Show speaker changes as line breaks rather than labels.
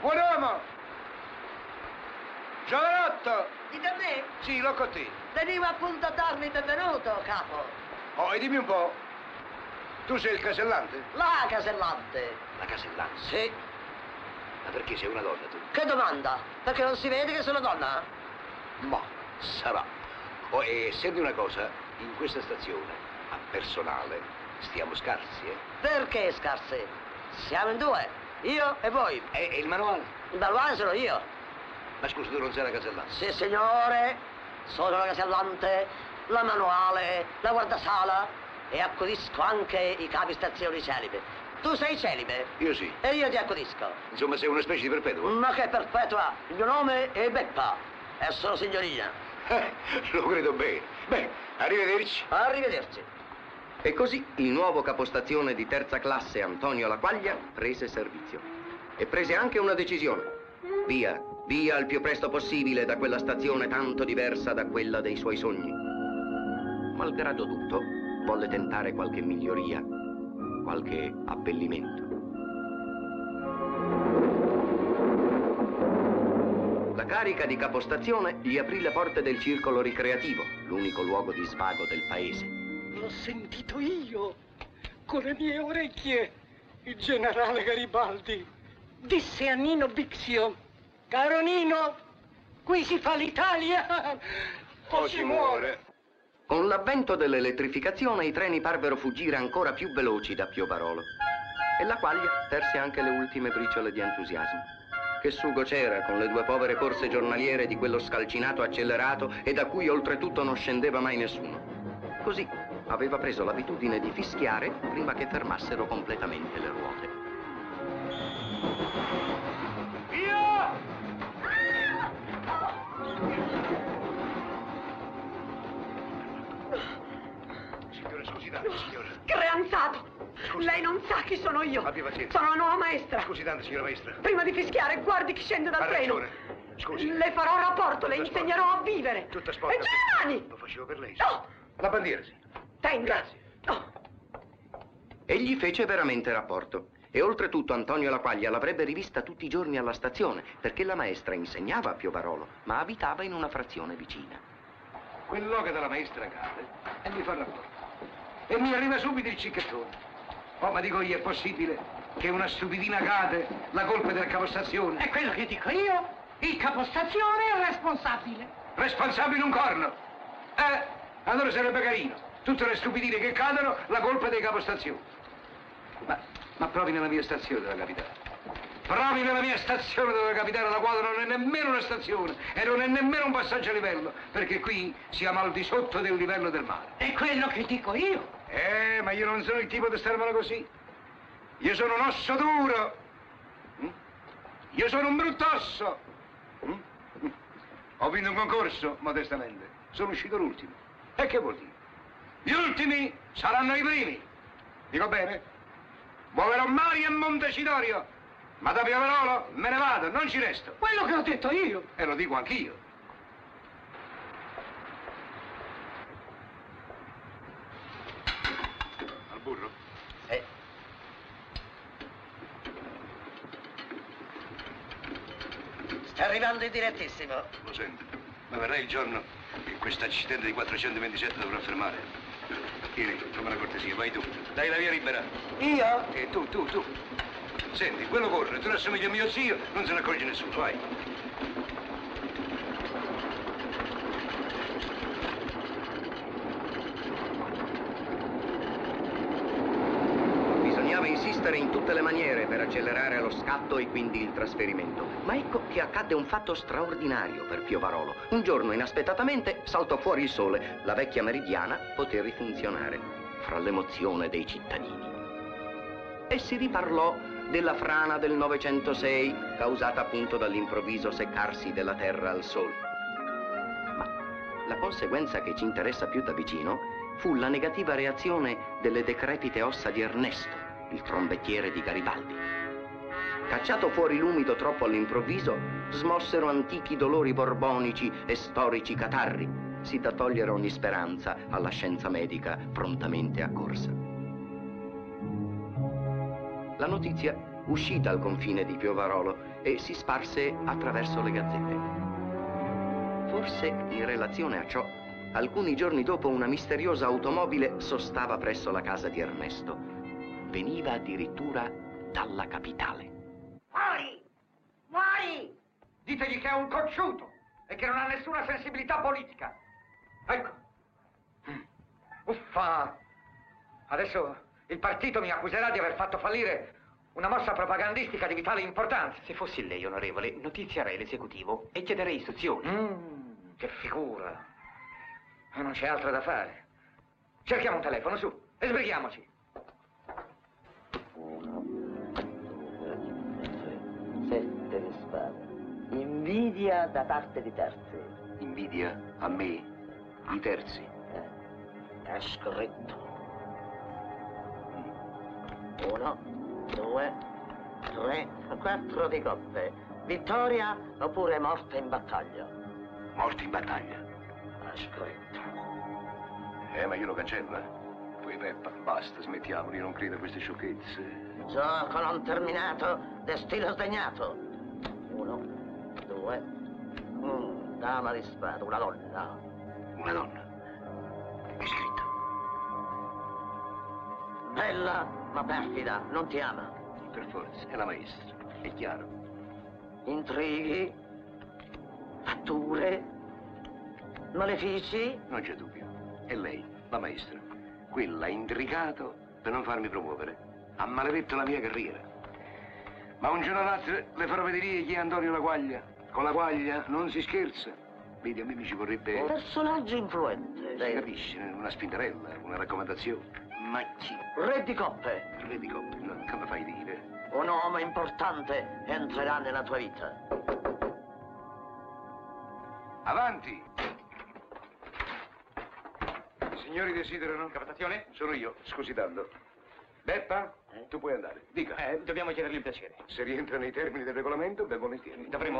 Buon uomo! Giovanotto!
Dite a me,
Sì, loco te.
venivo appunto a darmi il benvenuto, capo.
Oh, e dimmi un po', tu sei il casellante?
La casellante.
La casellante?
Sì.
Ma perché sei una donna tu?
Che domanda? Perché non si vede che sono donna?
Ma sarà. Oh, e senti una cosa, in questa stazione, a personale, stiamo scarsi, eh?
Perché scarsi? Siamo in due, io e voi.
E, e il manuale?
Il manuale sono io.
Ma scusa, tu non sei la casellante?
Sì, signore, sono la casellante, la manuale, la guardasala e accudisco anche i capi stazioni celibe. Tu sei celibe
Io sì.
e io ti accudisco.
Insomma, sei una specie di perpetuo.
Ma che perpetua! Il mio nome è Beppa e sono signorina.
Eh, Lo credo bene. Beh, arrivederci.
Arrivederci.
E così il nuovo capostazione di terza classe Antonio Laquaglia prese servizio. E prese anche una decisione. Via, via il più presto possibile da quella stazione tanto diversa da quella dei suoi sogni. Malgrado tutto, volle tentare qualche miglioria, qualche abbellimento. La carica di capostazione gli aprì le porte del circolo ricreativo, l'unico luogo di svago del paese.
L'ho sentito io, con le mie orecchie, il generale Garibaldi. Disse a Nino Bixio, caro Nino, qui si fa l'Italia o,
Oh,
si muore.
Con l'avvento dell'elettrificazione i treni parvero fuggire ancora più veloci da Piovarolo e la quaglia perse anche le ultime briciole di entusiasmo. Che sugo c'era con le due povere corse giornaliere di quello scalcinato accelerato e da cui oltretutto non scendeva mai nessuno. Così aveva preso l'abitudine di fischiare prima che fermassero completamente le ruote.
Signore, scusi tanto, signora.
Creanzato!
Scusi.
Lei non sa chi sono io.
Abbia pazienza.
Sono la nuova maestra.
Scusi tanto, signora maestra.
Prima di fischiare, guardi chi scende dal
Ha
treno.
ragione. Scusi.
Le farò un rapporto, le
Tutta sporca.
insegnerò a vivere.
Tutta sporca.
E Giovanni!
Lo facevo per lei.
No!
La bandiera, sì.
Tenga!
Grazie.
No!
Egli fece veramente rapporto. E oltretutto Antonio Laquaglia l'avrebbe rivista tutti i giorni alla stazione, perché la maestra insegnava a Piovarolo, ma abitava in una frazione vicina.
Quello che dalla maestra cade e mi fa rapporto. E mi arriva subito il cicchettone. Oh, ma dico io, è possibile che una stupidina cade, la colpa è della capostazione? Ecco,
È quello che dico io, il capostazione è il responsabile.
Responsabile un corno! Eh, allora sarebbe carino. Tutte le stupidine che cadono, la colpa è dei capostazioni. Ma, ma provi nella mia stazione della capitale. Provi nella mia stazione della capitale, la quale non è nemmeno una stazione e non è nemmeno un passaggio a livello, perché qui siamo al di sotto del livello del mare.
È quello che dico io.
Eh, ma io non sono il tipo di starmelo così. Io sono un osso duro. Mm? Io sono un brutto osso. Mm? Mm. Ho vinto un concorso, modestamente. Sono uscito l'ultimo. E che vuol dire? Gli ultimi saranno i primi. Dico bene? Muoverò mari a Montecitorio. Ma da Piaverolo me ne vado, non ci resto.
Quello che ho detto io.
E lo dico anch'io. Al burro?
Eh,
Sta arrivando in direttissimo.
Lo sento. Ma verrà il giorno che questo accidente di 427 dovrà fermare. Vieni, fammi una cortesia, vai tu. Dai la via libera.
Io?
E tu, tu, tu. Senti, quello corre, tu assomigli a mio zio, non se ne accorge nessuno, vai.
bisognava insistere in tutte le maniere per accelerare lo scatto e quindi il trasferimento. Ma ecco che accadde un fatto straordinario per Piovarolo. Un giorno, inaspettatamente, saltò fuori il sole. La vecchia meridiana poté rifunzionare, fra l'emozione dei cittadini. E si riparlò della frana del 906, causata appunto dall'improvviso seccarsi della terra al sole. Ma la conseguenza che ci interessa più da vicino fu la negativa reazione delle decrepite ossa di Ernesto, il trombettiere di Garibaldi. Cacciato fuori l'umido troppo all'improvviso, smossero antichi dolori borbonici e storici catarri, sì da togliere ogni speranza alla scienza medica prontamente accorsa. La notizia uscì dal confine di Piovarolo e si sparse attraverso le gazzette. Forse in relazione a ciò, alcuni giorni dopo una misteriosa automobile sostava presso la casa di Ernesto. Veniva addirittura dalla capitale.
Muori! Muori!
Ditegli che è un cocciuto e che non ha nessuna sensibilità politica. Ecco. Mm. Uffa! Adesso il partito mi accuserà di aver fatto fallire una mossa propagandistica di vitale importanza.
Se fossi lei, onorevole, notizierei l'esecutivo e chiederei istruzioni.
Mm, che figura. Ma non c'è altro da fare. Cerchiamo un telefono, su, e sbrighiamoci.
Sette di spade. Invidia da parte di terzi.
Invidia a me, i terzi.
Eh, È scritto. Uno, due, tre, quattro di coppe. Vittoria oppure morte in battaglia.
Morti in battaglia.
È scritto.
Eh, ma io lo cancello, eh. Poi Peppa, basta, smettiamoli, non credo a queste sciocchezze.
Gioco non terminato, destino sdegnato. Uno, due, mm, dama di spada, una donna.
Una donna. È scritto.
Bella ma perfida, non ti ama.
Per forza, è la maestra, è chiaro.
Intrighi, fatture, malefici.
Non c'è dubbio. È lei, la maestra. Quella ha intrigato per non farmi promuovere. Ha maledetto la mia carriera. Ma un giorno o l'altro le farò vedere chi è Antonio La Guaglia. Con la guaglia non si scherza. Vedi, a me mi ci vorrebbe...
Un personaggio influente.
Si capisce, una spintarella, una raccomandazione. Ma chi?
Re di coppe.
Re di coppe, no, come fai a dire?
Un uomo importante entrerà nella tua vita.
Avanti! Signori desiderano? Capitazione? Sono io, scusi tanto. Beppa, tu puoi andare. Dica,
Eh, dobbiamo chiedergli il piacere.
se rientra nei termini del regolamento, ben volentieri.
Dovremmo